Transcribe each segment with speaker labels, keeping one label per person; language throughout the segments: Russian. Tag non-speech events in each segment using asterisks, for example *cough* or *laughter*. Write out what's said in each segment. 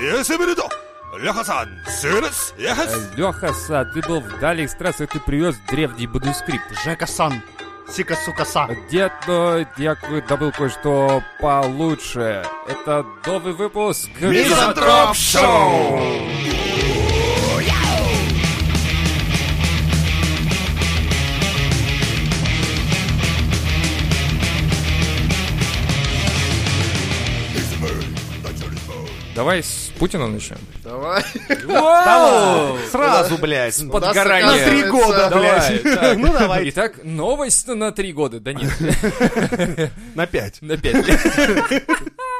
Speaker 1: Есибиридо! Леха-сан, сырец, ехес!
Speaker 2: Леха, Са, ты был в Дали Экспресс, и ты привез древний манускрипт.
Speaker 3: Жека-сан, Сика-сука-са.
Speaker 2: Дед, но я ку- добыл кое-что получше. Это новый выпуск
Speaker 1: Мизантроп Шоу!
Speaker 2: Давай с Путина начнем.
Speaker 4: Давай. *laughs*
Speaker 3: Сразу, блядь.
Speaker 4: У нас,
Speaker 2: подгорание.
Speaker 4: оказывается,
Speaker 3: На три года.
Speaker 2: Давай,
Speaker 3: *laughs*
Speaker 2: так.
Speaker 3: Ну, давай.
Speaker 2: Итак, новость на три года. Да нет,
Speaker 3: На пять.
Speaker 2: на пять лет.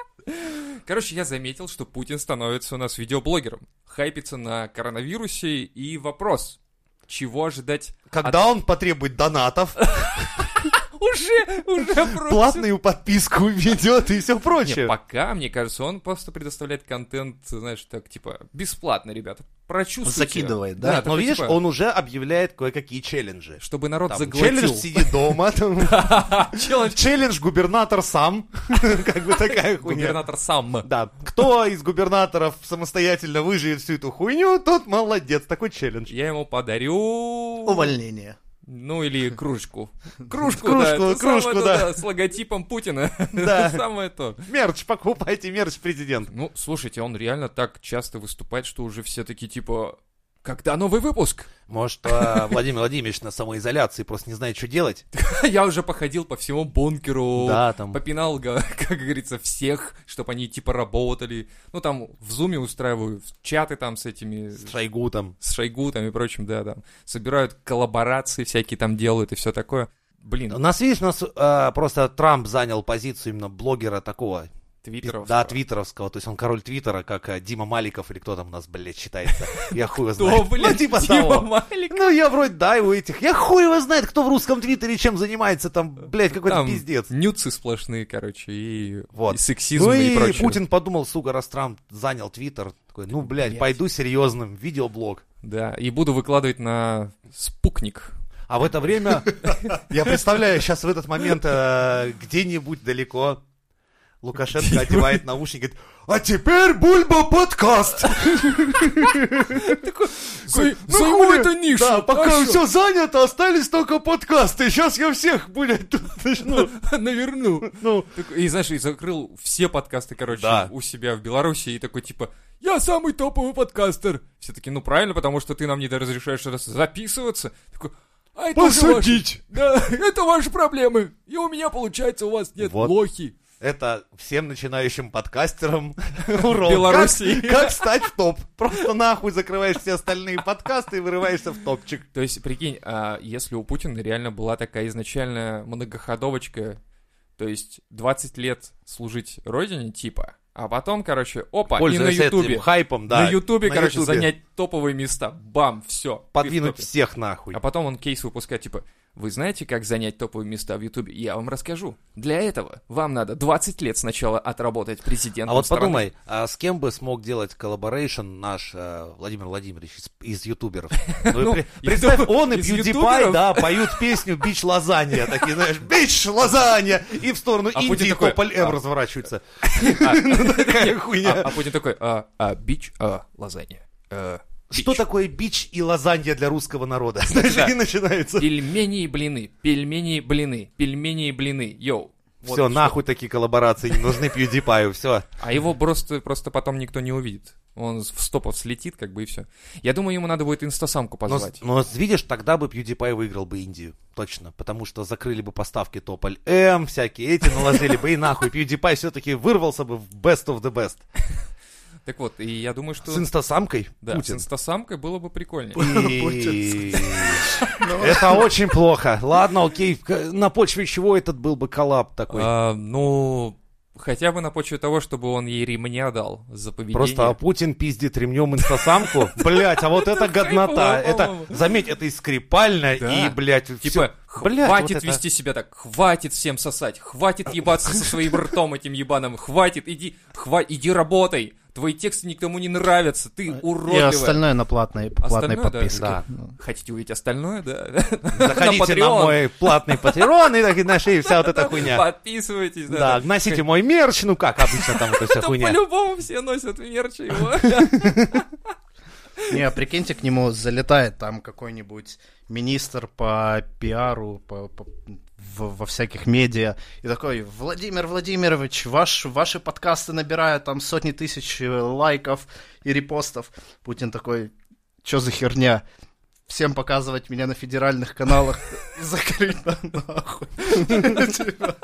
Speaker 2: *laughs* Короче, я заметил, что Путин становится у нас видеоблогером. Хайпится на коронавирусе и вопрос, чего ожидать?
Speaker 3: Когда он потребует
Speaker 2: *laughs*
Speaker 3: донатов,
Speaker 2: Уже,
Speaker 3: *laughs*
Speaker 2: уже просит.
Speaker 3: платную подписку ведет и все
Speaker 2: Не,
Speaker 3: прочее.
Speaker 2: пока, мне кажется, он просто предоставляет контент, знаешь, так, типа, бесплатно, ребята. Прочувствуйте.
Speaker 3: Закидывает, да? Но
Speaker 2: такой,
Speaker 3: видишь,
Speaker 2: типа,
Speaker 3: он уже объявляет кое-какие челленджи.
Speaker 2: Чтобы народ
Speaker 3: Там, челлендж
Speaker 2: заглотил.
Speaker 3: сиди дома, там,
Speaker 2: *laughs* Челлендж.
Speaker 3: челлендж губернатор сам, *laughs* как бы такая хуйня.
Speaker 2: Губернатор сам.
Speaker 3: Да, кто из губернаторов самостоятельно выживет всю эту хуйню, тот молодец, такой челлендж.
Speaker 2: Я ему подарю...
Speaker 4: Увольнение.
Speaker 2: Ну
Speaker 3: *laughs*
Speaker 2: или кружку. Кружку,
Speaker 3: Кружку,
Speaker 2: да. это
Speaker 3: кружку,
Speaker 2: самое то,
Speaker 3: да.
Speaker 2: С логотипом Путина. *laughs*
Speaker 3: Да.
Speaker 2: Самое то.
Speaker 3: Мерч, покупайте мерч, президент.
Speaker 2: Ну, слушайте, он реально так часто выступает, что уже все таки типа... Когда новый выпуск? *laughs*
Speaker 3: Может, а, Владимир Владимирович на самоизоляции просто не знает, что делать?
Speaker 2: Я уже походил по всему бункеру.
Speaker 3: Да, там.
Speaker 2: Попинал, га- *laughs* как говорится, всех, чтобы они типа работали. Ну, там в зуме устраиваю чаты там с этими...
Speaker 3: С Шойгутом.
Speaker 2: С Шойгу там и прочим, да, там. Собирают коллаборации всякие там делают и все такое.
Speaker 3: У
Speaker 2: Блин,
Speaker 3: нас, видишь, у нас а, просто Трамп занял позицию именно блогера такого,
Speaker 2: твиттеров.
Speaker 3: да, твиттеровского, то есть он король твиттера, как а, Дима Маликов или кто там у нас, блядь, считается, я хуй его
Speaker 2: Кто,
Speaker 3: знает.
Speaker 2: блин,
Speaker 3: Ну, типа
Speaker 2: Дима
Speaker 3: того.
Speaker 2: Малик?
Speaker 3: Ну, я вроде, да, и у этих. Я хуй его знает, кто в русском твиттере чем занимается, там, блядь, какой-то
Speaker 2: Э, Там
Speaker 3: пиздец.
Speaker 2: нюцы сплошные, короче, и,
Speaker 3: Вот.
Speaker 2: и сексизм
Speaker 3: Ну
Speaker 2: и,
Speaker 3: и
Speaker 2: прочее.
Speaker 3: Путин подумал, сука, раз Трамп занял твиттер, такой, ну, блядь,
Speaker 2: Блядь.
Speaker 3: пойду серьезным, видеоблог.
Speaker 2: Да, и буду выкладывать на спутник.
Speaker 3: А в это время,
Speaker 2: *laughs*
Speaker 3: я представляю, сейчас в этот момент э, где-нибудь далеко Лукашенко одевает наушники, говорит, а теперь Бульба
Speaker 2: *laughs*
Speaker 3: подкаст.
Speaker 2: Зай-
Speaker 3: Ну,
Speaker 2: займу
Speaker 3: хули.
Speaker 2: эту нишу!
Speaker 3: Да, пока
Speaker 2: а
Speaker 3: все занято, остались только подкасты. Сейчас я всех, блядь, тут начну.
Speaker 2: всё, *laughs* Наверну.
Speaker 3: Ну,
Speaker 2: Так, И знаешь, и закрыл все подкасты, короче,
Speaker 3: Да.
Speaker 2: у себя в Беларуси, и такой типа, я самый топовый подкастер. Все таки ну правильно, потому что ты нам не разрешаешь раз- записываться. Такой, а это уже ваши-
Speaker 4: Посадить.
Speaker 2: Да, *laughs* это ваши проблемы. И у меня получается, у вас нет
Speaker 3: Вот.
Speaker 2: лохи.
Speaker 3: это всем начинающим
Speaker 2: *laughs*
Speaker 3: подкастерам урок.
Speaker 2: Беларуси.
Speaker 3: Как, как стать в топ. Просто нахуй закрываешь все остальные подкасты и вырываешься в топчик.
Speaker 2: То есть, прикинь, а если у Путина реально была такая изначальная многоходовочка, то есть 20 лет служить родине, типа, а потом, короче, опа, и
Speaker 3: Пользуясь
Speaker 2: на
Speaker 3: этим
Speaker 2: Ютубе.
Speaker 3: хайпом, да.
Speaker 2: на Ютубе,
Speaker 3: на
Speaker 2: короче,
Speaker 3: Ютубе.
Speaker 2: занять топовые места. Бам, все.
Speaker 3: Подвинуть всех нахуй.
Speaker 2: А потом он кейс выпускает, типа, вы знаете, как занять топовые места в Ютубе? Я вам расскажу. Для этого вам надо 20 лет сначала отработать президентом
Speaker 3: А вот
Speaker 2: страны.
Speaker 3: подумай, а с кем бы смог делать коллаборейшн наш э, Владимир Владимирович из, из
Speaker 2: *laughs*
Speaker 3: ютуберов? Ну, и
Speaker 2: Ну,
Speaker 3: при-
Speaker 2: я
Speaker 3: Представь,
Speaker 2: думаю,
Speaker 3: он и
Speaker 2: из
Speaker 3: PewDiePie,
Speaker 2: ютуберов.
Speaker 3: да, поют песню «Бич лазанья», такие, знаешь, «Бич лазанья», и в сторону
Speaker 2: А Путин
Speaker 3: Индии
Speaker 2: такой,
Speaker 3: Тополь-М
Speaker 2: а. *laughs*
Speaker 3: разворачивается. *laughs* Ну, такая
Speaker 2: А,
Speaker 3: хуйня.
Speaker 2: а Путин такой, а, а, бич, а, лазанья, а,
Speaker 3: Что
Speaker 2: бич.
Speaker 3: такое бич и лазанья для русского народа? *laughs* Знаешь, и начинается.
Speaker 2: Пельмени и блины, пельмени и блины, пельмени и блины, йоу. Вот
Speaker 3: Все,
Speaker 2: что.
Speaker 3: нахуй такие коллаборации не нужны PewDiePie, все.
Speaker 2: А его просто, просто потом никто не увидит. Он в стопов слетит, как бы, и все. Я думаю, ему надо будет инстасамку
Speaker 3: Но,
Speaker 2: позвать.
Speaker 3: но видишь, тогда бы PewDiePie выиграл бы Индию. Точно. Потому что закрыли бы поставки Тополь М, всякие эти наложили бы, и нахуй PewDiePie все-таки вырвался бы в best of the best.
Speaker 2: Так вот, и я думаю, что...
Speaker 3: С инстасамкой
Speaker 2: Да,
Speaker 3: Путин.
Speaker 2: с инстасамкой было бы прикольнее.
Speaker 3: И- *laughs* Это очень плохо. Ладно, окей, к- на почве чего этот был бы коллап такой?
Speaker 2: А, ну, хотя бы на почве того, чтобы он ей ремня дал за поведение.
Speaker 3: Просто а Путин пиздит ремнем *laughs* инстасамку. Блять, а вот это годнота.
Speaker 2: хайпово,
Speaker 3: Это,
Speaker 2: по-моему.
Speaker 3: заметь, это и скрипально,
Speaker 2: Да.
Speaker 3: и, блядь, всё.
Speaker 2: Типа,
Speaker 3: Блядь, вот
Speaker 2: хватит
Speaker 3: это-
Speaker 2: вести себя так, хватит всем сосать, хватит ебаться со своим ртом этим ебаным, хватит, иди, хва- иди работай. твои тексты никому не нравятся, ты
Speaker 4: И
Speaker 2: уродливая.
Speaker 4: остальное на платной, платной
Speaker 2: Остальное, да,
Speaker 4: подписке.
Speaker 3: да.
Speaker 4: Ну.
Speaker 2: Хотите увидеть остальное, да?
Speaker 3: *laughs* Заходите *laughs* на,
Speaker 2: Patreon.
Speaker 3: мой платный патреон и так- нашли вся вот эта *laughs* хуйня.
Speaker 2: Подписывайтесь,
Speaker 3: Да,
Speaker 2: да.
Speaker 3: носите мой мерч, ну как обычно там эта вся
Speaker 2: Да
Speaker 3: хуйня.
Speaker 2: по-любому все носят мерч его.
Speaker 4: Не, а прикиньте, к нему залетает там какой-нибудь министр по пиару, по- по- в- во всяких медиа, и такой, Владимир Владимирович, ваш, ваши подкасты набирают там сотни тысяч э, лайков и репостов. Путин такой, что за херня? Всем показывать меня на федеральных каналах, *laughs* закрыть на- нахуй. Типа,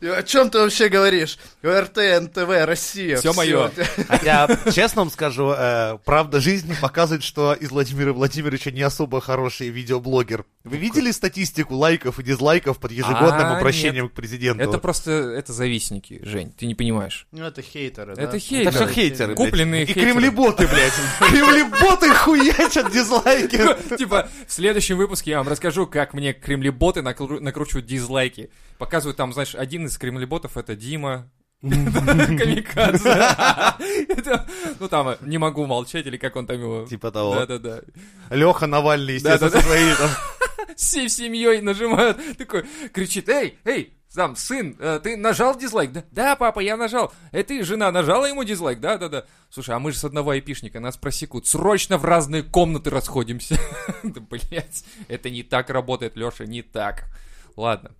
Speaker 4: типа, О чем ты вообще говоришь? РТ, НТВ, Россия.
Speaker 2: Всё моё.
Speaker 4: всё».
Speaker 2: *laughs*
Speaker 3: Хотя, А честно вам скажу, э, правда жизни показывает, что из Владимира Владимировича не особо хороший видеоблогер. Вы видели статистику лайков и дизлайков под ежегодным
Speaker 2: А,
Speaker 3: обращением к президенту?
Speaker 2: Это просто, это завистники, Жень, ты не понимаешь. *laughs*
Speaker 4: Ну, это хейтеры, да?
Speaker 2: Это
Speaker 3: Это
Speaker 2: хейтеры.
Speaker 3: все хейтеры, блядь.
Speaker 2: Купленные
Speaker 3: И
Speaker 2: хейтеры.
Speaker 3: кремлеботы,
Speaker 2: *laughs*
Speaker 3: блядь. Кремлеботы хуячат дизлайки.
Speaker 2: Типа, в следующем выпуске я вам расскажу, как мне кремлеботы накру- накручивают дизлайки. Показывают там, знаешь, один из кремлеботов это Дима. *laughs* Камикадзе. *laughs* Это, Ну там, э, не могу молчать, или как он там его...
Speaker 3: Типа того.
Speaker 2: Да-да-да.
Speaker 3: Леха Навальный, естественно,
Speaker 2: Да-да-да.
Speaker 3: со своей
Speaker 2: *laughs*
Speaker 3: там
Speaker 2: Всей семьей нажимают. Такой кричит, эй, эй, там, сын, э, ты нажал дизлайк? Да, да, папа, я нажал. Э, ты, жена, нажала ему дизлайк? Да, да, да. Слушай, а мы же с одного айпишника, нас просекут. Срочно в разные комнаты расходимся. *laughs* Да, блядь, это не так работает, Леша, не так. Ладно.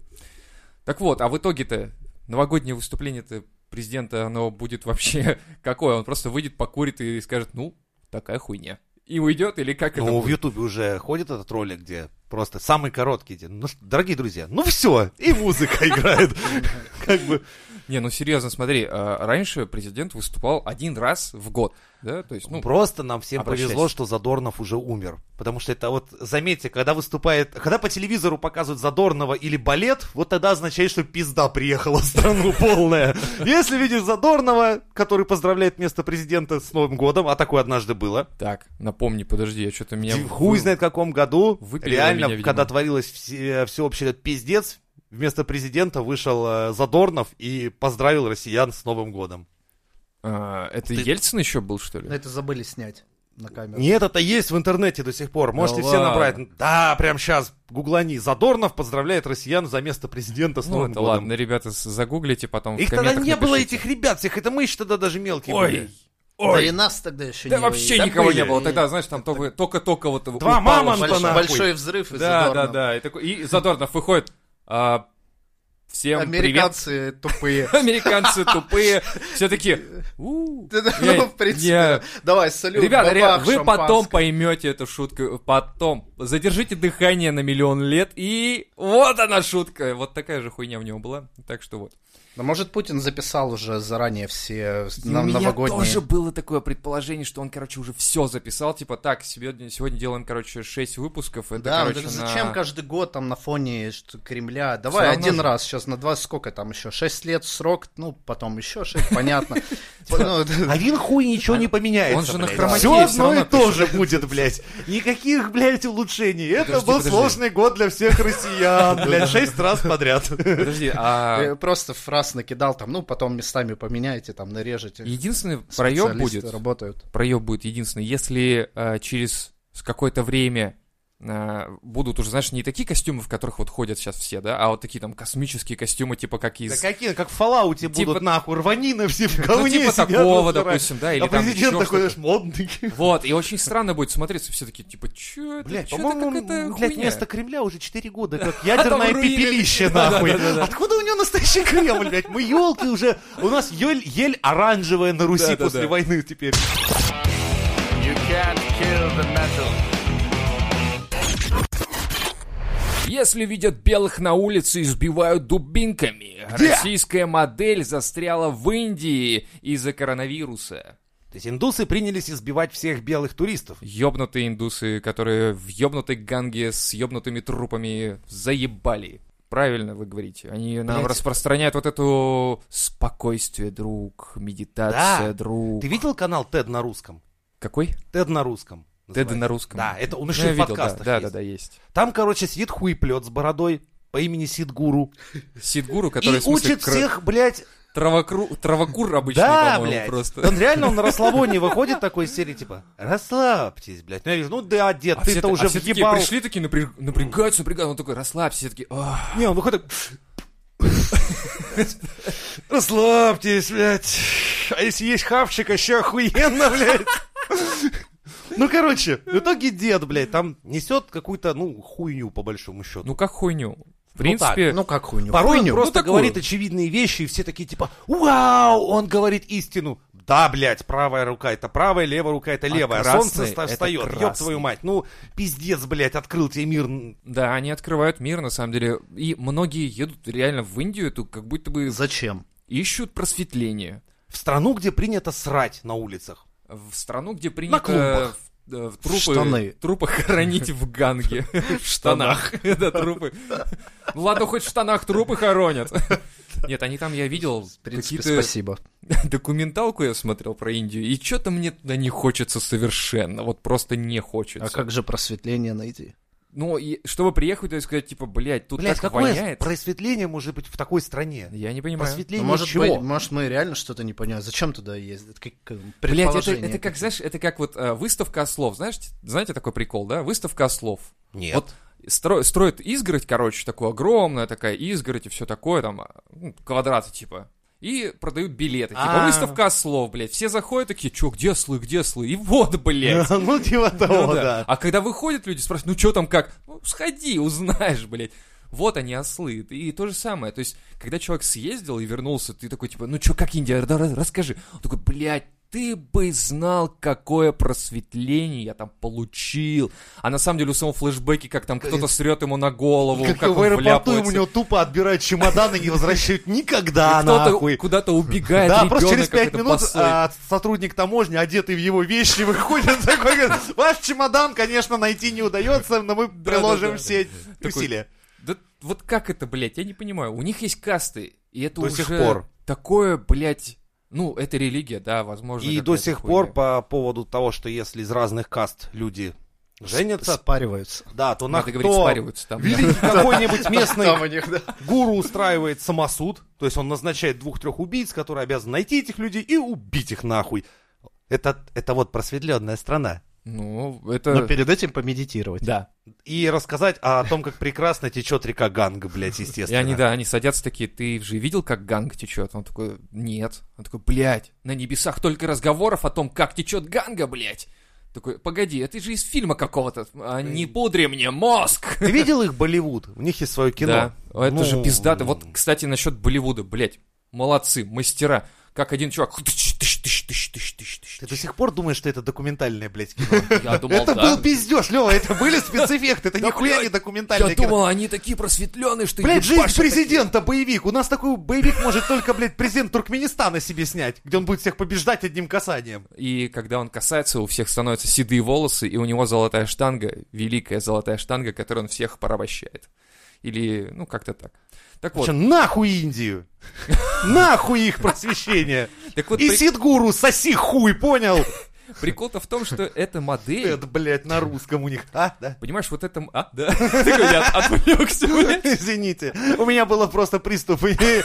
Speaker 2: Так вот, а в итоге-то новогоднее выступление-то президента, оно будет вообще *laughs* какое? Он просто выйдет, покурит и скажет, ну, такая хуйня. И уйдет, или как это
Speaker 3: Ну, в
Speaker 2: будет?
Speaker 3: Ютубе уже ходит этот ролик, где просто самый короткий. где, Ну, ш- дорогие друзья, ну все, и музыка играет. *laughs* Как бы,
Speaker 2: Не, ну серьезно, смотри, а, раньше президент выступал один раз в год, да, то есть, ну,
Speaker 3: просто нам всем
Speaker 2: обращайся.
Speaker 3: повезло, что Задорнов уже умер. Потому что это вот, заметьте, когда выступает, когда по телевизору показывают Задорнова или балет, вот тогда означает, что пизда приехала в
Speaker 2: *laughs*
Speaker 3: страну полная. Если видишь Задорнова, который поздравляет вместо президента с Новым годом, а такое однажды было,
Speaker 2: так, напомни, подожди, я что-то меня...
Speaker 3: Ди- Хуй знает, в каком году.
Speaker 2: выпилило
Speaker 3: Реально,
Speaker 2: меня, видимо.
Speaker 3: когда творилось все, всеобщий этот пиздец, вместо президента вышел э, Задорнов и поздравил россиян с Новым годом.
Speaker 2: А, это
Speaker 4: Ты-
Speaker 2: Ельцин еще был, что
Speaker 4: Ну,
Speaker 2: ли?
Speaker 4: это забыли снять на камеру.
Speaker 3: Нет, это а есть в интернете до сих пор. Можете все
Speaker 2: ладно.
Speaker 3: набрать. Да, прям сейчас гуглани. Задорнов поздравляет россиян за место президента с
Speaker 2: Ну,
Speaker 3: Новым
Speaker 2: это
Speaker 3: годом.
Speaker 2: ладно, ребята, с- загуглите потом в
Speaker 3: Их тогда
Speaker 2: комментах
Speaker 3: не было,
Speaker 2: напишите.
Speaker 3: этих ребят, всех это мы еще тогда даже мелкие были.
Speaker 2: Ой,
Speaker 4: Да
Speaker 2: ой,
Speaker 4: и нас тогда еще
Speaker 2: да
Speaker 4: не
Speaker 2: вообще
Speaker 4: было.
Speaker 2: никого не
Speaker 3: были.
Speaker 2: было, тогда, знаешь, там только- только-только вот...
Speaker 3: Два
Speaker 2: упало
Speaker 3: мамонта
Speaker 2: что-то.
Speaker 4: Больш-
Speaker 3: Антона, нахуй.
Speaker 4: большой взрыв из
Speaker 2: Да, да,
Speaker 4: Задорнова.
Speaker 2: да, и такой- и Задорнов выходит, а, всем привет,
Speaker 4: Американцы
Speaker 2: *laughs*
Speaker 4: тупые.
Speaker 2: американцы тупые, все такие... «У,
Speaker 4: Да, да,
Speaker 2: я-
Speaker 4: Ну,
Speaker 2: я-
Speaker 4: в принципе, да. давай, салют.
Speaker 2: Ребята,
Speaker 4: бабах,
Speaker 2: ребят, вы потом
Speaker 4: шампанское.
Speaker 2: поймете эту шутку. Потом. Задержите дыхание на миллион лет, и вот она шутка. Вот такая же хуйня в него была. Так что вот.
Speaker 4: Ну, может, Путин записал уже заранее все с-
Speaker 2: И
Speaker 4: на-
Speaker 2: у меня
Speaker 4: новогодние.
Speaker 2: Ну, тоже было такое предположение, что он, короче, уже все записал. Типа, так, сегодня, сегодня делаем, короче, 6 выпусков. Это,
Speaker 4: Да,
Speaker 2: короче,
Speaker 4: ну,
Speaker 2: на-
Speaker 4: зачем каждый год там на фоне что- Кремля? Давай
Speaker 2: равно
Speaker 4: один
Speaker 2: же.
Speaker 4: раз, сейчас на два, сколько там еще? Шесть лет срок, ну, потом еще шесть, понятно.
Speaker 2: *laughs* Типа,
Speaker 4: Ну, *laughs*
Speaker 3: Один хуй ничего не поменяется.
Speaker 2: Он же на
Speaker 3: блядь.
Speaker 2: хромаке
Speaker 3: Все
Speaker 2: всё
Speaker 3: одно и
Speaker 2: равно
Speaker 3: то же будет, блядь. Никаких, блядь, улучшений. Это
Speaker 2: Подожди,
Speaker 3: был
Speaker 2: подожди.
Speaker 3: сложный год для всех россиян, блядь, шесть раз подряд.
Speaker 2: Подожди, а
Speaker 4: э, Просто фраз накидал там, ну, потом местами поменяете, там, нарежете.
Speaker 2: единственный проеб
Speaker 4: э, Специалисты
Speaker 2: будет...
Speaker 4: работают.
Speaker 2: проеб будет единственный, если э, через с какое-то время э, будут уже, знаешь, не такие костюмы, в которых вот ходят сейчас все, да, а вот такие там космические костюмы, типа как из...
Speaker 3: Да какие, как в Фоллауте
Speaker 2: Типа-
Speaker 3: будут нахуй рванины все в
Speaker 2: ну,
Speaker 3: говне
Speaker 2: типа
Speaker 3: сидят,
Speaker 2: такого,
Speaker 3: разгорают.
Speaker 2: допустим, да, или
Speaker 3: А
Speaker 2: там
Speaker 3: президент
Speaker 2: ещё
Speaker 3: такой,
Speaker 2: что-то.
Speaker 3: знаешь, модный.
Speaker 2: Вот, и очень странно будет смотреться все таки типа, чё это,
Speaker 3: Блядь,
Speaker 2: чё это
Speaker 3: по-моему,
Speaker 2: какая-то
Speaker 3: он, блядь,
Speaker 2: хуйня?
Speaker 3: вместо Кремля уже 4 года, как
Speaker 2: *laughs* А
Speaker 3: ядерное
Speaker 2: там руины.
Speaker 3: пепелище, нахуй.
Speaker 2: *laughs* Да-да-да-да.
Speaker 3: Откуда у него настоящий Кремль, блядь? Мы елки уже... У нас ель- ель оранжевая на Руси
Speaker 2: Да-да-да.
Speaker 3: после войны теперь.
Speaker 2: Если видят белых на улице и сбивают дубинками.
Speaker 3: Где?
Speaker 2: Российская модель застряла в Индии из-за коронавируса.
Speaker 3: То есть индусы принялись избивать всех белых туристов.
Speaker 2: Ёбнутые индусы, которые в ёбнутой ганге с ёбнутыми трупами заебали. Правильно вы говорите. Они нам
Speaker 4: Блядь.
Speaker 2: распространяют вот эту спокойствие, друг, медитация,
Speaker 3: Да.
Speaker 2: друг.
Speaker 3: Ты видел канал Тед на русском?
Speaker 2: Какой?
Speaker 3: Тед на русском.
Speaker 2: Теды
Speaker 3: называется.
Speaker 2: на русском.
Speaker 3: Да, это он
Speaker 2: Ну,
Speaker 3: еще
Speaker 2: я
Speaker 3: и в
Speaker 2: видел,
Speaker 3: подкастах
Speaker 2: да, да,
Speaker 3: есть.
Speaker 2: да, да, есть.
Speaker 3: Там, короче, сидит хуеплет с бородой по имени Сидгуру.
Speaker 2: Сидгуру, который
Speaker 3: И
Speaker 2: в смысле,
Speaker 3: учит
Speaker 2: кра-
Speaker 3: всех, блядь,
Speaker 2: Травокру... Травокур обычный,
Speaker 3: Да,
Speaker 2: по-моему,
Speaker 3: блядь.
Speaker 2: просто.
Speaker 3: Он реально он на расслабоне выходит такой из серии, типа, расслабьтесь, блядь. Ну, я вижу, ну да, дед,
Speaker 2: А все
Speaker 3: ты-то
Speaker 2: та- а
Speaker 3: уже
Speaker 2: все такие
Speaker 3: въебал.
Speaker 2: пришли такие напря- напрягаются, напрягаются, он такой, расслабься, все такие, «Ах».
Speaker 3: Не, он выходит так, Расслабьтесь, блядь. А если есть хавчик, еще охуенно, блядь. Ну, короче, в итоге дед, блядь, там несет какую-то, ну, хуйню, по большому счету.
Speaker 2: ну как хуйню. В
Speaker 3: так,
Speaker 2: принципе,
Speaker 4: Ну как хуйню?
Speaker 3: Порой он
Speaker 4: Хуйню.
Speaker 3: просто
Speaker 2: такую.
Speaker 3: говорит очевидные вещи, и все такие типа «Вау!» Он говорит истину. Да, блядь, правая рука это правая, левая рука это левая. а
Speaker 2: красный
Speaker 3: солнце ста-
Speaker 2: это
Speaker 3: встает, ёб
Speaker 2: красный.
Speaker 3: твою мать. Ну, пиздец, блядь, открыл тебе мир. м,
Speaker 2: да, они открывают мир, на самом деле. И многие едут реально в Индию, эту, как будто бы
Speaker 4: Зачем?
Speaker 2: ищут просветление.
Speaker 3: В страну, где принято срать на улицах.
Speaker 2: В страну, где принято...
Speaker 3: клумбах.
Speaker 2: в- э, в трупы,
Speaker 4: штаны.
Speaker 2: трупы хоронить в ганге. В штанах. *laughs* Да, трупы. Ну ладно, хоть в штанах трупы хоронят. Нет, они там, я видел,
Speaker 4: В принципе,
Speaker 2: какие-то
Speaker 4: спасибо. А
Speaker 2: *laughs* документалку я смотрел про Индию, и что-то мне туда не хочется совершенно, вот просто не хочется.
Speaker 4: А как же просветление найти?
Speaker 2: Ну, и чтобы приехать, то есть сказать, типа, блядь, тут
Speaker 3: Блядь,
Speaker 2: так
Speaker 3: какое
Speaker 2: воняет.
Speaker 3: просветление может быть в такой стране?
Speaker 2: Я не понимаю.
Speaker 4: Ну,
Speaker 3: Просветление
Speaker 4: может,
Speaker 3: чего?
Speaker 4: мы, может, мы реально что-то не понимаем. Зачем туда ездят? Как, как
Speaker 2: Блядь, это,
Speaker 4: предположение
Speaker 2: это как,
Speaker 4: какие-то.
Speaker 2: знаешь, это как вот э, выставка ослов, знаешь, знаете такой прикол, да? Выставка ослов.
Speaker 3: Нет.
Speaker 2: Вот стро- строят изгородь, короче, такую огромная такая изгородь и все такое, там, ну, квадраты типа. И продают билеты. Типа,
Speaker 3: А.
Speaker 2: выставка ослов, блядь. Все заходят такие, чё, где ослы, где ослы? И вот, блядь.
Speaker 3: *laughs* Ну, типа
Speaker 2: *laughs* Ну
Speaker 3: того,
Speaker 2: да.
Speaker 3: да.
Speaker 2: А когда выходят люди, спрашивают, ну что там как? Ну, сходи, узнаешь, блядь. Вот они, ослы. И то же самое. То есть, когда человек съездил и вернулся, ты такой, типа, ну что, как Индия? Да, ра- расскажи. Он такой, блядь, ты бы знал, какое просветление я там получил. А на самом деле у самого флешбеки, как там кто-то срет ему на голову, как,
Speaker 3: Как в
Speaker 2: он
Speaker 3: аэропорту
Speaker 2: вляпывается.
Speaker 3: у него тупо отбирают чемоданы и не возвращают никогда,
Speaker 2: И кто-то
Speaker 3: нахуй.
Speaker 2: куда-то убегает
Speaker 3: Да,
Speaker 2: ребенок
Speaker 3: просто через пять
Speaker 2: какой-то
Speaker 3: минут
Speaker 2: босой.
Speaker 3: а, сотрудник таможни, одетый в его вещи, выходит такой, говорит, ваш чемодан, конечно, найти не удается, но мы приложим
Speaker 2: да,
Speaker 3: все
Speaker 2: да.
Speaker 3: усилия.
Speaker 2: Да вот как это, блядь, я не понимаю. У них есть касты, и это
Speaker 3: До
Speaker 2: уже
Speaker 3: сих пор.
Speaker 2: такое, блядь, ну, это религия, да, возможно.
Speaker 3: И
Speaker 2: какая-то
Speaker 3: до сих пор
Speaker 2: хуйня.
Speaker 3: по поводу того, что если из разных каст люди женятся,
Speaker 4: Спариваются.
Speaker 3: да, то на
Speaker 2: Надо говорить,
Speaker 3: кто
Speaker 2: спариваются там. да.
Speaker 3: великий
Speaker 2: *laughs*
Speaker 3: какой-нибудь местный
Speaker 4: Там у них, да.
Speaker 3: гуру устраивает самосуд, то есть он назначает двух-трех убийц, которые обязаны найти этих людей и убить их нахуй. Это, это вот просветленная страна.
Speaker 2: Ну,
Speaker 4: Но
Speaker 2: это...
Speaker 4: перед этим помедитировать.
Speaker 2: Да.
Speaker 3: И рассказать о том, как прекрасно течет река Ганга, блядь,
Speaker 2: И
Speaker 3: естественно.
Speaker 2: они, да, они садятся такие, ты же видел, как Ганга течет? Он такой, нет. Он такой, блядь, на небесах только разговоров о том, как течет Ганга, блядь. Такой, погоди, это же из фильма какого-то. А не пудри мне мозг!
Speaker 3: Ты видел их Болливуд? У них есть свое кино.
Speaker 2: Да, А это
Speaker 3: Ну,
Speaker 2: же пиздато. Вот, кстати, насчет Болливуда, блядь, молодцы, мастера. Как один чувак... тыщ, тыщ, тыщ, тыщ, тыщ, тыщ,
Speaker 3: Ты
Speaker 2: тыщ.
Speaker 3: до сих пор думаешь, что это документальное, блядь, кино?
Speaker 2: Я думал,
Speaker 3: Это
Speaker 2: да.
Speaker 3: был пиздеж, Лева, это были спецэффекты, это
Speaker 2: Да,
Speaker 3: нихуя
Speaker 2: блядь,
Speaker 3: не документальное
Speaker 2: Я
Speaker 3: кино.
Speaker 2: думал, они такие просветленные, что...
Speaker 3: Блядь, жизнь
Speaker 2: ебашат
Speaker 3: президента боевик. У нас такой боевик может только, блядь, президент Туркменистана себе снять, где он будет всех побеждать одним касанием.
Speaker 2: И когда он касается, у всех становятся седые волосы, и у него золотая штанга, великая золотая штанга, которой он всех порабощает. Или, ну, как-то так. Так вот,
Speaker 3: Вообще, нахуй Индию! Нахуй их просвещение!
Speaker 2: так вот
Speaker 3: И
Speaker 2: при-
Speaker 3: Сидгуру соси хуй, понял?
Speaker 2: прикол-то в том, что
Speaker 3: *laughs*
Speaker 2: эта модель...
Speaker 3: Это, блядь, на русском у них. А, да?
Speaker 2: Понимаешь, вот это... м- А, да. *laughs* Такой, я отвлекся, блядь.
Speaker 3: Извините, у меня было просто приступ э,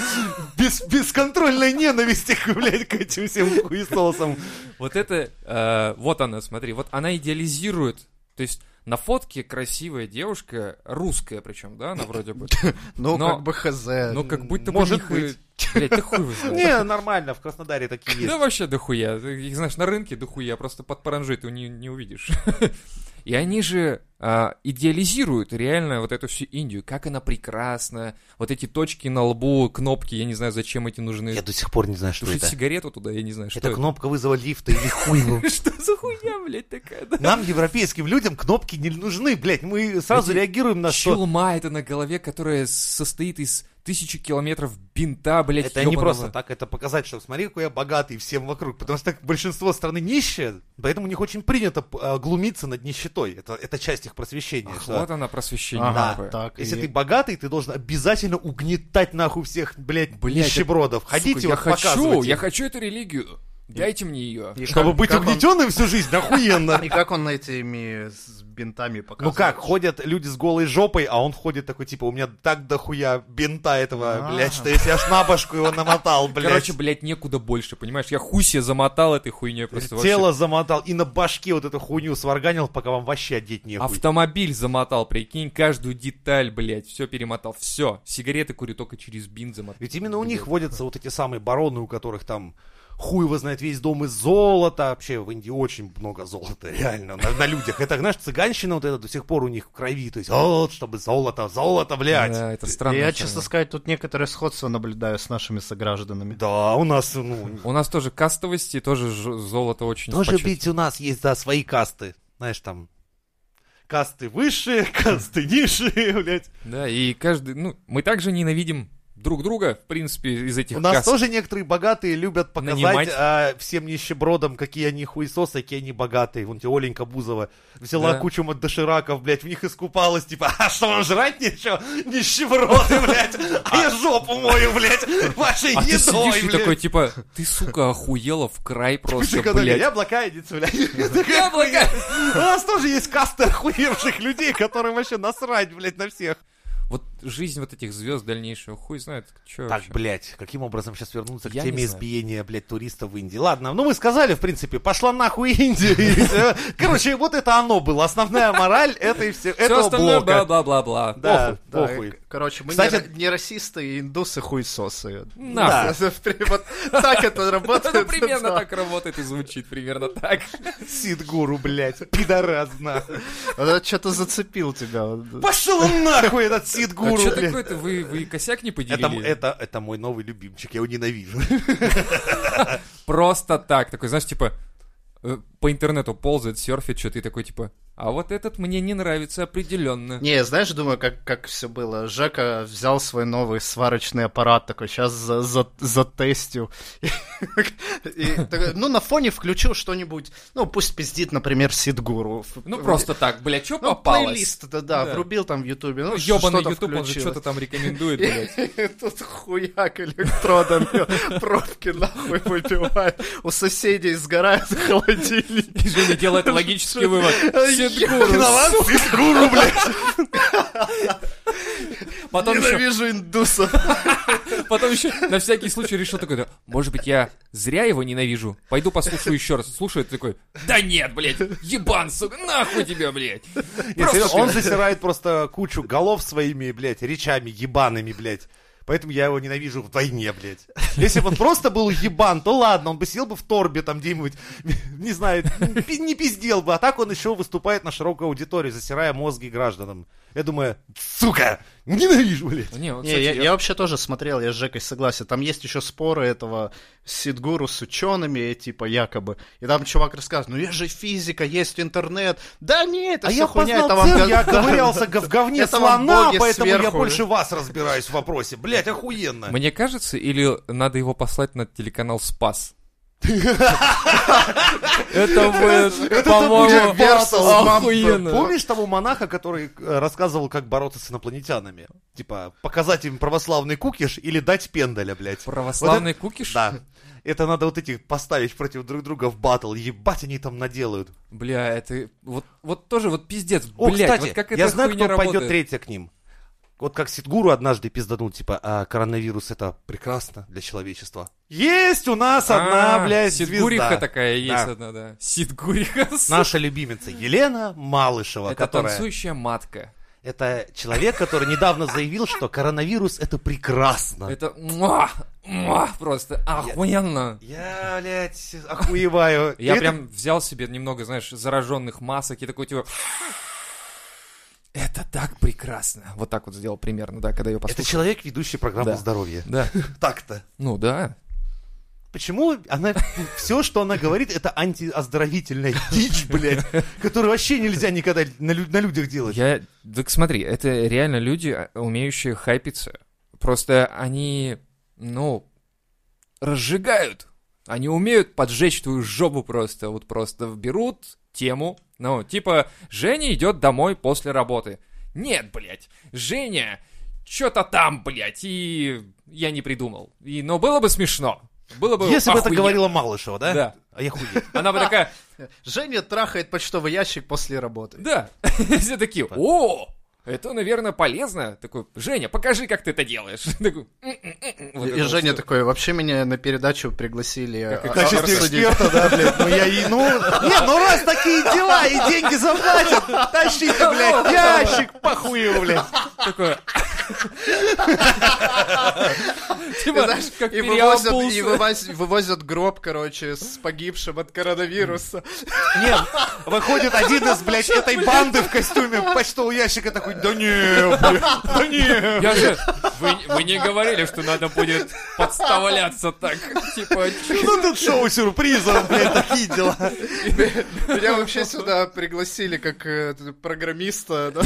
Speaker 3: бес- бесконтрольной ненависти, блядь, к этим всем хуесосам.
Speaker 2: Вот это, э, вот она, смотри, вот она идеализирует, то есть на фотке красивая девушка, русская причем, да, она вроде бы,
Speaker 4: Ну,
Speaker 2: Но-
Speaker 4: как бы хз.
Speaker 2: но как будто бы...
Speaker 3: Может
Speaker 2: у них, э, Блядь, ты хуй его знает.
Speaker 3: Не, нормально, в Краснодаре такие
Speaker 2: Да
Speaker 3: есть.
Speaker 2: вообще дохуя. Ты Их, знаешь, на рынке дохуя, просто под паранжой ты не, не увидишь. И они же а, идеализируют реально вот эту всю Индию, как она прекрасна, вот эти точки на лбу, кнопки, я не знаю, зачем эти нужны.
Speaker 3: Я до сих пор не знаю, что
Speaker 2: Тушить
Speaker 3: это.
Speaker 2: сигарету туда, я не знаю, типа, что
Speaker 3: Это кнопка вызова лифта или хуй его.
Speaker 2: *laughs* Что за хуя, блядь, такая, да?
Speaker 3: Нам, европейским людям, кнопки не нужны, блядь. Мы сразу
Speaker 2: Эти
Speaker 3: реагируем на что.
Speaker 2: Челма это на голове, которая состоит из тысячи километров бинта, блядь,
Speaker 3: Это не
Speaker 2: ёбаного.
Speaker 3: просто так, это показать, что смотри, какой я богатый всем вокруг. Потому что так большинство страны нищие, поэтому у них очень принято э, глумиться над нищетой. Это, это часть их просвещения.
Speaker 2: Ах,
Speaker 3: что-
Speaker 2: Вот она просвещение.
Speaker 4: Ага,
Speaker 2: нахуй.
Speaker 4: так.
Speaker 3: Если
Speaker 4: и-
Speaker 3: ты богатый, ты должен обязательно угнетать нахуй всех, блядь,
Speaker 2: Блядь,
Speaker 3: нищебродов.
Speaker 2: Сука,
Speaker 3: Ходите,
Speaker 2: я
Speaker 3: вот
Speaker 2: хочу,
Speaker 3: показывайте.
Speaker 2: я хочу эту религию. Дайте мне ее.
Speaker 4: И
Speaker 3: Чтобы
Speaker 4: как-
Speaker 3: быть
Speaker 4: как он-
Speaker 3: угнетенным всю жизнь, охуенно.
Speaker 4: И как он этими с бинтами
Speaker 3: Ну
Speaker 4: показывает?
Speaker 3: как, ходят люди с голой жопой, а он ходит такой, типа, у меня так дохуя бинта этого,
Speaker 4: А.
Speaker 3: блядь, что если я аж на башку его намотал, блядь.
Speaker 2: Короче, блядь, некуда больше, понимаешь? Я хуй себе замотал этой хуйней просто вообще.
Speaker 3: тело замотал и на башке вот эту хуйню сварганил, пока вам вообще одеть
Speaker 2: А
Speaker 3: нехуй.
Speaker 2: Автомобиль замотал, прикинь, каждую деталь, блядь, все перемотал, все. Сигареты курю только через бин замотал.
Speaker 3: Ведь именно у них водятся вот эти самые бароны, у которых там хуй его знает весь дом из золота. Вообще в Индии очень много золота, *laughs* реально, на, на людях. Это, знаешь, цыганщина вот эта до сих пор у них в крови. То есть, вот, чтобы золото, золото, блядь.
Speaker 2: Да, это странно.
Speaker 4: Я, честно сказать, тут некоторое сходство наблюдаю с нашими согражданами.
Speaker 3: Да, у нас, ну,
Speaker 2: У нас тоже кастовости, тоже ж- золото очень
Speaker 3: *laughs*
Speaker 2: в
Speaker 3: тоже
Speaker 2: почёте.
Speaker 3: ведь у нас есть, да, свои касты. Знаешь, там, касты высшие, *laughs* касты низшие, *laughs* блядь.
Speaker 2: Да, и каждый, ну, мы также ненавидим друг друга, в принципе, из этих
Speaker 3: У нас
Speaker 2: каст.
Speaker 3: тоже некоторые богатые любят показать
Speaker 2: Нанимать.
Speaker 3: а, всем нищебродам, какие они хуесосы, а какие они богатые. Вон тебе Оленька Бузова взяла
Speaker 2: Да.
Speaker 3: кучу от дошираков, блядь, в них искупалась, типа, а что вам жрать нечего? Нищеброды, блядь, а я жопу мою, блядь, вашей
Speaker 2: А ты
Speaker 3: едой,
Speaker 2: сидишь и такой,
Speaker 3: блядь.
Speaker 2: типа, ты, сука, охуела в край просто,
Speaker 3: Когда говорят,
Speaker 2: блядь.
Speaker 3: Я блокадец, блядь. Я такая,
Speaker 2: Яблоко!
Speaker 3: У нас тоже есть каста охуевших людей, которым вообще насрать, блядь, на всех.
Speaker 2: Вот жизнь вот этих звезд дальнейшего, хуй знает, чё
Speaker 3: Так,
Speaker 2: вообще.
Speaker 3: блядь, каким образом сейчас вернуться к
Speaker 2: Я
Speaker 3: теме
Speaker 2: не знаю.
Speaker 3: избиения, блядь, туристов в Индии? Ладно, ну мы сказали, в принципе, пошла нахуй Индия. *laughs* и всё. Короче, вот это оно было. Основная мораль это и все,
Speaker 2: Все
Speaker 3: этого
Speaker 2: остальное
Speaker 3: блока.
Speaker 2: бла-бла-бла-бла.
Speaker 3: Да,
Speaker 4: Да,
Speaker 3: похуй.
Speaker 4: и, короче, мы
Speaker 3: Кстати-
Speaker 4: не, ра- не расисты, и индусы хуесосы.
Speaker 2: Нахуй.
Speaker 4: *laughs* Это прям вот так это
Speaker 2: Вот *laughs* это
Speaker 4: работает.
Speaker 2: примерно
Speaker 4: Да.
Speaker 2: так работает и звучит, примерно так.
Speaker 3: Сидгуру, блядь, пидорас нахуй.
Speaker 4: Вот Это что-то зацепил тебя. вот.
Speaker 3: Пошел он нахуй этот
Speaker 2: А
Speaker 3: Сидгуру,
Speaker 2: что
Speaker 3: блядь.
Speaker 2: такое-то? Вы, вы косяк не поделили?
Speaker 3: Это, это, это мой новый любимчик, я его ненавижу.
Speaker 2: Просто так. Такой, знаешь, типа, э, по интернету ползает, серфит, что ты такой, типа, а вот этот мне не нравится определенно.
Speaker 4: Не, знаешь, думаю, как, как все было. Жека взял свой новый сварочный аппарат, такой, сейчас за, за, затестю. *laughs* И такой, ну, на фоне включил что-нибудь. Ну, пусть пиздит, например, Сидгуру.
Speaker 2: Ну, просто так, бля, что
Speaker 4: Ну,
Speaker 2: попалось?
Speaker 4: плейлист, да, да,
Speaker 2: Да.
Speaker 4: врубил там в Ютубе. Ну,
Speaker 2: Ну, ёбаный
Speaker 4: что-то
Speaker 2: Ютуб, он же
Speaker 4: включилось.
Speaker 2: что-то там
Speaker 4: *laughs*
Speaker 2: рекомендует, блядь.
Speaker 4: И Тут хуяк электродами *laughs* пробки нахуй выбивает. У соседей сгорают *laughs* холодильники.
Speaker 2: И Женя делает
Speaker 4: *laughs*
Speaker 2: логический вывод. Сидгуру.
Speaker 3: Виноват Сидгуру,
Speaker 4: А
Speaker 3: блядь.
Speaker 2: Потом еще,
Speaker 4: Ненавижу индусов.
Speaker 2: потом еще на всякий случай решил такой, да, может быть, я зря его ненавижу. Пойду послушаю еще раз. Слушает такой, да нет, блядь, ебан, сука, нахуй тебя, блядь.
Speaker 3: Нет,
Speaker 2: Просто
Speaker 3: серьезно, он засирает просто кучу голов своими, блядь, речами ебаными, блядь. Поэтому я его ненавижу вдвойне, блядь. Если бы он просто был ебан, то ладно, он бы сидел бы в торбе там где-нибудь, не знаю, пи- не пиздел бы. А так он еще выступает на широкую аудиторию, засирая мозги гражданам. Я думаю, сука, ненавижу, блядь.
Speaker 2: Не, вот,
Speaker 4: Не,
Speaker 2: кстати,
Speaker 4: я,
Speaker 2: я-
Speaker 4: я вообще тоже смотрел, я с Жекой согласен. Там есть еще споры этого Сидгуру с учеными, типа, якобы. И там чувак рассказывает, ну я же физика, есть интернет. Да нет, это
Speaker 3: а
Speaker 4: всё
Speaker 3: я
Speaker 4: хуйня,
Speaker 3: познал
Speaker 4: это вам...
Speaker 3: цель, я
Speaker 4: га- да, *laughs*
Speaker 3: ковырялся
Speaker 4: да,
Speaker 3: в говне
Speaker 4: это вам
Speaker 3: слона,
Speaker 4: боги
Speaker 3: поэтому я
Speaker 4: сверху.
Speaker 3: больше вас разбираюсь в вопросе. Блядь, охуенно.
Speaker 2: Мне кажется, или надо его послать на телеканал
Speaker 4: *laughs*
Speaker 2: Спас? Это будет,
Speaker 3: Это будет
Speaker 4: версус
Speaker 2: по-моему,
Speaker 4: мамба.
Speaker 2: охуенно.
Speaker 3: Помнишь того монаха, который э, рассказывал, как бороться с инопланетянами? Типа, показать им православный кукиш или дать пендаля, блядь.
Speaker 2: Православный
Speaker 3: Вот
Speaker 2: кукиш?
Speaker 3: это- Да. Это надо вот этих поставить против друг друга в батл. Ебать, они там наделают.
Speaker 2: Бля, это вот, вот тоже вот пиздец,
Speaker 3: О,
Speaker 2: блядь,
Speaker 3: кстати,
Speaker 2: вот как
Speaker 3: я
Speaker 2: эта
Speaker 3: знаю,
Speaker 2: хуйня
Speaker 3: кто пойдет
Speaker 2: работает.
Speaker 3: третья к ним. Вот как Сидгуру однажды пизданул, типа, «А, коронавирус это прекрасно для человечества. Есть у нас одна,
Speaker 2: А,
Speaker 3: блядь,
Speaker 2: Сидгуриха
Speaker 3: звезда.
Speaker 2: такая есть
Speaker 3: Да.
Speaker 2: одна, да. Сидгуриха. сука.
Speaker 3: Наша любимица Елена Малышева,
Speaker 2: Это
Speaker 3: которая...
Speaker 2: танцующая матка.
Speaker 3: Это человек, который недавно заявил, что коронавирус это прекрасно.
Speaker 2: Это муа, муа, просто охуенно.
Speaker 3: Я, блядь, охуеваю.
Speaker 2: *laughs* Я
Speaker 3: И
Speaker 2: прям взял себе немного, знаешь, зараженных масок и такой типа... Это так прекрасно. Вот так вот сделал примерно, да, когда ее
Speaker 3: Это, это
Speaker 2: послушал.
Speaker 3: человек, ведущий программу
Speaker 2: Да. *laughs*
Speaker 3: здоровья.
Speaker 2: Да,
Speaker 3: Так-то.
Speaker 2: ну да.
Speaker 3: Почему она все, что она говорит, это
Speaker 2: *laughs*
Speaker 3: антиоздоровительная дичь, блядь, которую вообще нельзя никогда на, лю- на людях делать.
Speaker 2: Я... Так смотри, это реально люди, а, умеющие хайпиться. Просто они, ну, разжигают. Они умеют поджечь твою жопу просто. Вот просто берут тему. Ну, типа, Женя идет домой после работы. Нет, блядь, Женя, что-то там, блядь, и я не придумал. И, но ну, было бы смешно. Было бы
Speaker 3: Ну, Если бы это
Speaker 2: охуенно.
Speaker 3: говорила Малышева, да?
Speaker 2: Да.
Speaker 3: А я хуй.
Speaker 2: Она бы такая,
Speaker 4: Женя трахает почтовый ящик после работы.
Speaker 2: да. *laughs* Все
Speaker 4: Типа.
Speaker 2: такие, о, это, наверное, полезно. Такой, Женя, покажи, как ты это делаешь. *laughs* Такой, «М-м-м-м». Вот
Speaker 4: И
Speaker 2: это вот
Speaker 4: Женя
Speaker 2: всё.
Speaker 4: такой, вообще меня на передачу пригласили. а-
Speaker 3: В качестве
Speaker 4: обсудить».
Speaker 3: эксперта, да, блядь, ну я и, ну... Не, ну раз такие дела и деньги заплатят, тащите,
Speaker 2: *laughs*
Speaker 3: блядь, ящик, похую, блядь.
Speaker 2: Такое.
Speaker 4: Ты
Speaker 2: Типа,
Speaker 4: знаешь,
Speaker 2: *laughs* как
Speaker 4: и, вывозят, и
Speaker 2: переобулся.
Speaker 4: вывоз- вывозят гроб, короче, с погибшим от коронавируса.
Speaker 3: Нет, выходит один из, блядь, этой банды в костюме почтового ящика такой, да не, блядь, да не.
Speaker 2: Я же... Вы, вы не говорили, что надо будет подставляться так. Типа,
Speaker 3: Ну тут шоу сюрпризов, блядь, такие дела.
Speaker 4: Меня вообще сюда пригласили как э, программиста.
Speaker 2: *laughs*
Speaker 4: да.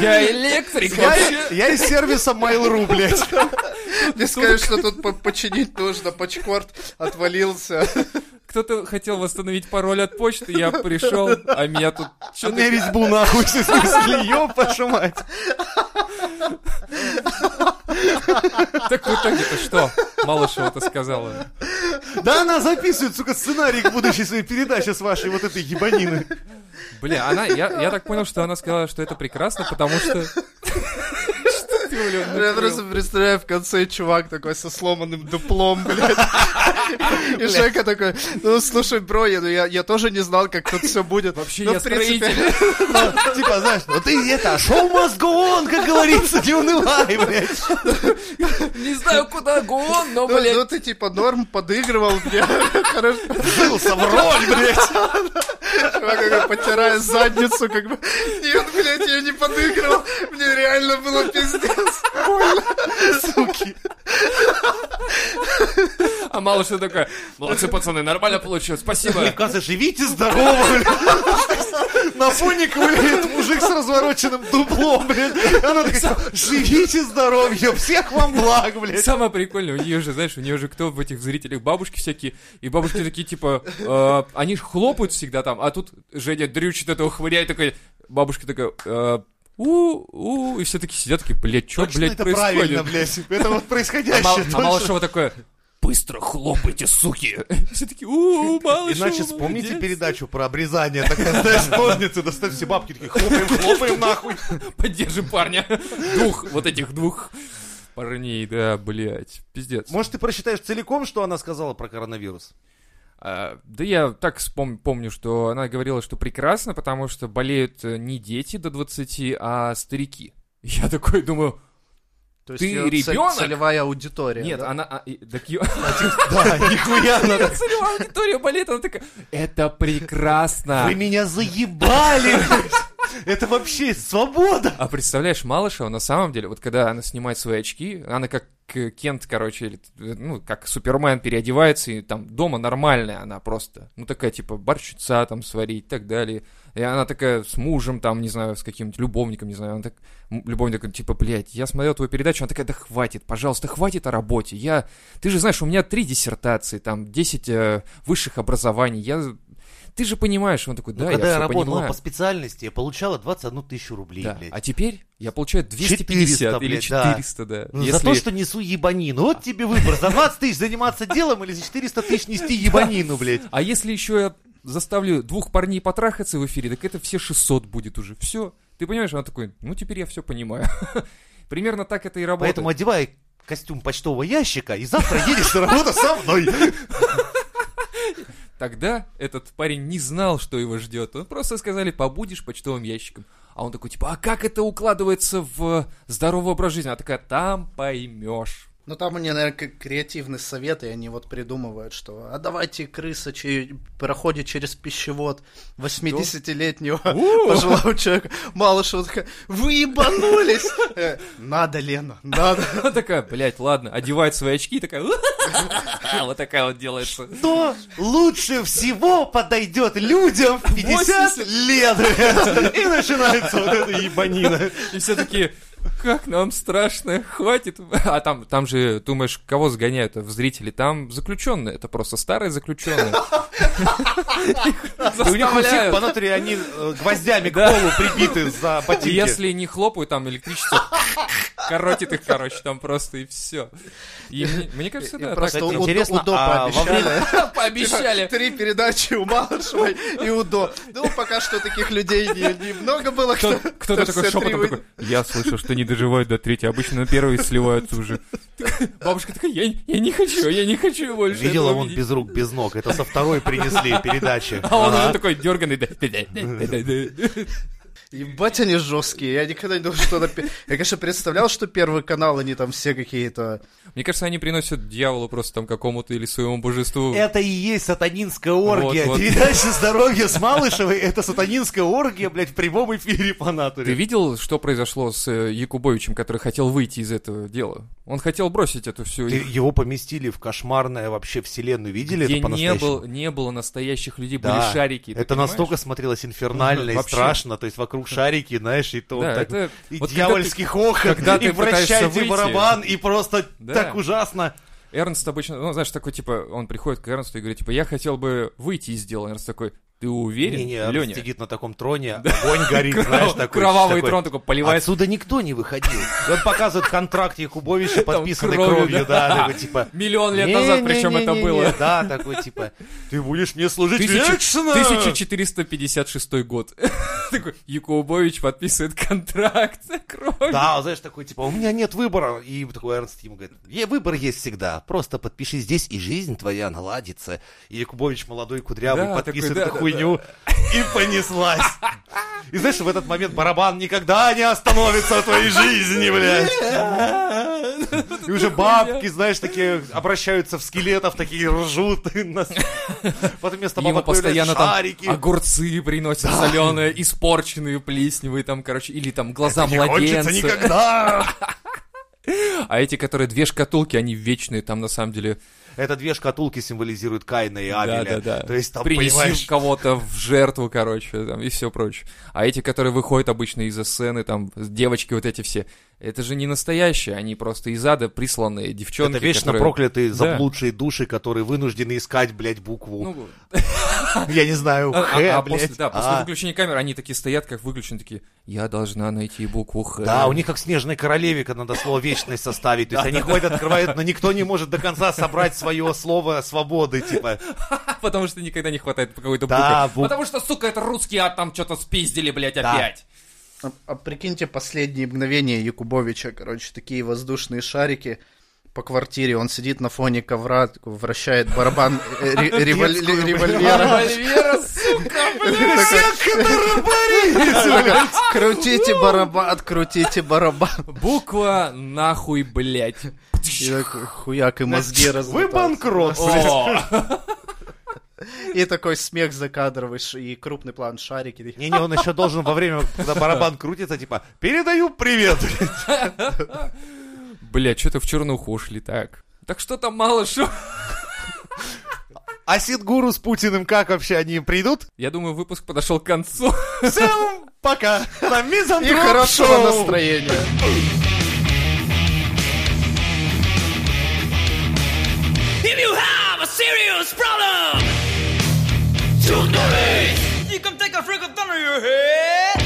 Speaker 2: я электрик
Speaker 3: Я,
Speaker 2: вообще.
Speaker 3: я из сервиса Mail.ru, блядь.
Speaker 4: *laughs* Мне сказали, что тут по- починить нужно, пачкорт
Speaker 2: *laughs*
Speaker 4: отвалился.
Speaker 2: Кто-то хотел восстановить пароль от почты, я пришел, а меня тут...
Speaker 3: Что меня резьбу нахуй все снесли, ёб вашу мать.
Speaker 2: Так в итоге-то что? Малышева-то сказала.
Speaker 3: Да она записывает, сука, сценарий к будущей своей передаче с вашей вот этой ебанины.
Speaker 2: Бля, она... Я, я так понял, что она сказала, что это прекрасно, потому что... Что ты, Оля,
Speaker 4: Я
Speaker 2: накрыл?
Speaker 4: просто представляю, в конце чувак такой со сломанным дуплом, блядь. *laughs* И Жека такой, ну слушай, бро, я, ну, я, я тоже не знал, как тут все будет.
Speaker 2: Вообще
Speaker 4: Ну,
Speaker 2: я
Speaker 4: в принципе,
Speaker 2: строитель.
Speaker 3: Ну, Типа, знаешь, ну ты это, шоу must go on, как говорится, не унывай, блядь.
Speaker 2: *laughs* Не знаю, куда гон, но,
Speaker 4: Ну,
Speaker 2: блядь,
Speaker 4: ну, ты типа норм подыгрывал, *laughs* блядь. Хорошо.
Speaker 3: Вжился в роль, блядь.
Speaker 4: Чувак такой, потирая задницу, как бы, нет, блядь, я не подыгрывал, мне реально было пиздец.
Speaker 2: а малыша такая, молодцы, пацаны, нормально получилось, *laughs* спасибо.
Speaker 3: Каза, живите здорово, блядь. На фоне гуляет мужик с развороченным дуплом, блядь. И Она такая, живите здоровье, всех вам благ, блядь.
Speaker 2: Самое прикольное, у нее же, знаешь, у нее же кто в этих зрителях, бабушки всякие, и бабушки такие, типа, э, они ж хлопают всегда там, а тут Женя дрючит этого, хвыряет, такой, бабушка такая, э, у, у, и все таки сидят, такие, блядь, что,
Speaker 3: Точно
Speaker 2: блядь,
Speaker 3: это правильно,
Speaker 2: происходит?
Speaker 3: блядь. Это вот
Speaker 2: А
Speaker 3: происходящее.
Speaker 2: Мал- А
Speaker 3: точно.
Speaker 2: Малышева такое, быстро хлопайте, суки. Все такие, у, Малышева,
Speaker 3: Иначе вспомните
Speaker 2: молодец».
Speaker 3: ну, передачу про обрезание. Такая, знаешь, ножницы, доставь все бабки, такие, хлопаем, хлопаем, нахуй.
Speaker 2: Поддержим парня, двух, вот этих двух парней, да, блядь, пиздец.
Speaker 3: Может, ты просчитаешь целиком, что она сказала про коронавирус?
Speaker 2: А, Да я так вспом- помню, что она говорила, что прекрасно, потому что болеют э, не дети до 20, а старики. Я такой думаю,
Speaker 4: То
Speaker 2: есть Ты её цель- ребёнок?
Speaker 4: целевая аудитория.
Speaker 2: нет, она... а, и-
Speaker 3: *laughs*
Speaker 2: так её-
Speaker 3: Да, нихуя надо.
Speaker 2: целевая аудитория болеет, она такая, это прекрасно.
Speaker 3: Вы меня заебали! Это вообще свобода!
Speaker 2: А представляешь, Малышева, на самом деле, вот когда она снимает свои очки, она как э, Кент, короче, или, э, ну, как Супермен переодевается, и там дома нормальная она просто. Ну, такая, типа, борщица там сварить и так далее. И она такая с мужем, там, не знаю, с каким-нибудь любовником, не знаю, она так, м, любовник такой, типа, блядь, я смотрел твою передачу, она такая, да хватит, пожалуйста, хватит о работе, я, ты же знаешь, у меня три диссертации, там, 10 э, высших образований, я, ты же понимаешь, он такой, да, я
Speaker 3: Ну, Когда я
Speaker 2: всё
Speaker 3: работала
Speaker 2: понимаю».
Speaker 3: по специальности, я получала 21 тысячу рублей,
Speaker 2: Да.
Speaker 3: блядь.
Speaker 2: А теперь я получаю 250
Speaker 3: 400,
Speaker 2: или
Speaker 3: блядь, да.
Speaker 2: 400, да.
Speaker 3: Ну,
Speaker 2: Если- А.
Speaker 3: За то, что несу ебанину. Вот тебе выбор. За 20 тысяч заниматься делом или за 400 тысяч нести ебанину, блядь.
Speaker 2: А если еще я заставлю двух парней потрахаться в эфире, так это все 600 будет уже. Все. Ты понимаешь, она такой, ну теперь я все понимаю. *laughs* Примерно так это и работает.
Speaker 3: Поэтому одевай костюм почтового ящика и завтра едешь на работу со мной.
Speaker 2: Тогда этот парень не знал, что его ждет. Он просто сказали, побудешь почтовым ящиком. А он такой, типа, а как это укладывается в здоровый образ жизни? Она такая, там поймешь.
Speaker 4: Ну там у нее, наверное, к- креативный совет, и они вот придумывают, что а давайте крыса че- проходит через пищевод 80-летнего *laughs* пожилого человека. Мало что такая, вы ебанулись! Э, Надо, Лена, надо.
Speaker 2: *laughs* Она такая, блядь, ладно, одевает свои очки и такая, *laughs* вот такая вот делается.
Speaker 3: Что лучше всего подойдет людям в 50 лет, блядь. И начинается вот эта ебанина.
Speaker 2: И все такие, как нам страшно, хватит. А там, там же, думаешь, кого сгоняют в зрители? Там заключенные, это просто старые заключенные.
Speaker 3: И у них у всех
Speaker 2: Заставляют.
Speaker 3: понатри, они э, гвоздями к
Speaker 2: Да.
Speaker 3: полу прибиты за
Speaker 2: И
Speaker 3: ботинки.
Speaker 2: Если не хлопают, там электричество коротит их, короче, там просто и все. И мне, мне кажется, да,
Speaker 4: Просто
Speaker 3: Кстати,
Speaker 2: так.
Speaker 4: у-
Speaker 3: интересно,
Speaker 4: Удо
Speaker 3: а во
Speaker 4: пообещали.
Speaker 2: Пообещали.
Speaker 4: Три передачи у Малышевой и Удо. Ну, пока что таких людей не- немного было.
Speaker 2: Кто-
Speaker 4: кто-
Speaker 2: Кто-то такой
Speaker 4: кто все три
Speaker 2: шепотом
Speaker 4: вы-
Speaker 2: такой, я слышал, что не доживают до третьей, обычно на первой сливаются уже. Бабушка такая, я, я не хочу, я не хочу больше
Speaker 3: Видела
Speaker 2: этого
Speaker 3: он
Speaker 2: видеть».
Speaker 3: без рук, без ног. Это со второй принесли передачи.
Speaker 2: А он
Speaker 3: Ага.
Speaker 2: уже такой дерганый. да, да, да, да, да, да.
Speaker 4: Ебать, они жесткие. Я никогда не думал, что... на пе- Я, конечно, представлял, что Первый канал, они там все какие-то...
Speaker 2: Мне кажется, они приносят дьяволу просто там какому-то или своему божеству.
Speaker 3: Это и есть сатанинская оргия.
Speaker 2: вот.
Speaker 3: Передача «Здоровье» с Малышевой — это сатанинская оргия, блядь, в прямом эфире по натуре.
Speaker 2: Ты видел, что произошло с э, Якубовичем, который хотел выйти из этого дела? Он хотел бросить эту всю...
Speaker 3: Ты- его поместили в кошмарное вообще вселенную. Видели это
Speaker 2: где не,
Speaker 3: по-настоящему?
Speaker 2: был, не было настоящих людей,
Speaker 3: Да.
Speaker 2: были шарики. ты
Speaker 3: Это
Speaker 2: понимаешь?
Speaker 3: настолько смотрелось инфернально и
Speaker 2: Вообще.
Speaker 3: страшно. То есть вокруг шарики, знаешь, и то
Speaker 2: Да,
Speaker 3: так...
Speaker 2: это-
Speaker 3: И
Speaker 2: вот когда
Speaker 3: дьявольский хохот,
Speaker 2: когда
Speaker 3: и
Speaker 2: ты пытаешься
Speaker 3: вращайте
Speaker 2: выйти.
Speaker 3: барабан, и просто
Speaker 2: Да.
Speaker 3: так ужасно.
Speaker 2: Эрнст обычно, ну, знаешь, такой, типа, он приходит к Эрнсту и говорит, типа, я хотел бы выйти из дела. Эрнст такой, ты уверен,
Speaker 3: Не-не, Арн
Speaker 2: Леня?
Speaker 3: сидит на таком троне, огонь
Speaker 2: *laughs*
Speaker 3: горит,
Speaker 2: Кров-
Speaker 3: знаешь, такой.
Speaker 2: кровавый
Speaker 3: такой,
Speaker 2: трон такой поливается.
Speaker 3: Отсюда никто не выходил. И Он показывает контракт Якубовича,
Speaker 2: *laughs*
Speaker 3: подписанный
Speaker 2: кровью,
Speaker 3: кровью,
Speaker 2: да.
Speaker 3: да, такой, типа...
Speaker 2: Миллион лет назад, причем это
Speaker 3: «Не-не-не-не-не».
Speaker 2: было.
Speaker 3: Да, такой, типа, ты будешь мне служить
Speaker 2: Тысяча-
Speaker 3: вечно!
Speaker 2: 1456 год. *laughs* Такой, Якубович подписывает контракт. *laughs* Кровь.
Speaker 3: Да, он, знаешь, такой, типа, у меня нет выбора. И такой Эрнст ему говорит, «Е, выбор есть всегда. Просто подпиши здесь, и жизнь твоя наладится. И Якубович молодой, кудрявый,
Speaker 2: Да,
Speaker 3: подписывает
Speaker 2: такой, да,
Speaker 3: эту
Speaker 2: да,
Speaker 3: хуйню. И понеслась. И знаешь, в этот момент барабан никогда не остановится в твоей жизни, блядь. И уже бабки, знаешь, такие обращаются в скелетов, такие ржут. *laughs* и нас- Потом вместо
Speaker 2: Ему
Speaker 3: бабок появляются
Speaker 2: постоянно там
Speaker 3: шарики.
Speaker 2: огурцы приносят соленые, испорченные, плесневые там, короче, или там глаза
Speaker 3: Не кончится
Speaker 2: младенца.
Speaker 3: никогда.
Speaker 2: А эти, которые две шкатулки, они вечные там на самом деле.
Speaker 3: Это две шкатулки символизируют Кайна и Авеля.
Speaker 2: Да-да-да.
Speaker 3: То есть там,
Speaker 2: Принеси
Speaker 3: понимаешь,
Speaker 2: кого-то в жертву, короче, там, и все прочее. А эти, которые выходят обычно из сцены, там, с- девочки вот эти все, это же не настоящие, они просто из ада присланные девчонки.
Speaker 3: это вечно
Speaker 2: которые-
Speaker 3: проклятые,
Speaker 2: Да.
Speaker 3: заблудшие души, которые вынуждены искать, блядь, букву.
Speaker 2: Ну,
Speaker 3: *laughs* Я не знаю,
Speaker 2: а- а-
Speaker 3: Х,
Speaker 2: а после,
Speaker 3: блядь.
Speaker 2: да, после
Speaker 3: А.
Speaker 2: выключения камеры они такие стоят, как выключены, такие, я должна найти букву Х.
Speaker 3: Да, у них как снежной королеве, когда надо слово вечность составить. То есть они ходят, открывают, но никто не может до конца собрать свое слово свободы, типа.
Speaker 2: *laughs* Потому что никогда не хватает по какой-то
Speaker 3: Да,
Speaker 2: буквы.
Speaker 3: бу-
Speaker 2: Потому что, сука, это русский ад там что-то спиздили, блядь,
Speaker 3: Да. *laughs*
Speaker 2: опять.
Speaker 4: А, а прикиньте последние мгновения Якубовича, короче, такие воздушные шарики по квартире. Он сидит на фоне ковра, такой вращает барабан э, ре- револь-
Speaker 3: Детскую,
Speaker 4: револьвера.
Speaker 2: Револьвера, сука, блядь.
Speaker 4: Крутите барабан, крутите барабан.
Speaker 2: Буква нахуй, блядь.
Speaker 4: И такой хуяк и мозги
Speaker 3: Вы
Speaker 4: разлетаются.
Speaker 3: банкрот, блядь.
Speaker 2: О.
Speaker 4: И такой смех закадровый, ш- и крупный план шарики.
Speaker 3: Не-не, он еще должен во время, когда барабан крутится, типа, передаю привет.
Speaker 2: Бля, что-то в чернуху ушли так. Так что там мало шо.
Speaker 3: А Сидгуру с Путиным как вообще они придут?
Speaker 2: Я думаю, выпуск подошел к концу.
Speaker 3: Всем пока. На
Speaker 4: И
Speaker 3: Мизантроп
Speaker 4: хорошего
Speaker 3: Шоу.
Speaker 4: настроения.
Speaker 5: If you have a serious problem, Took notice. You can take a freaking down on your head.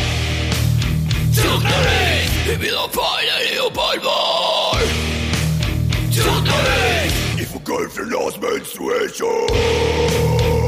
Speaker 5: Took notice. If you don't find a new point more. Took notice.
Speaker 1: If a girlfriend lost menstruation.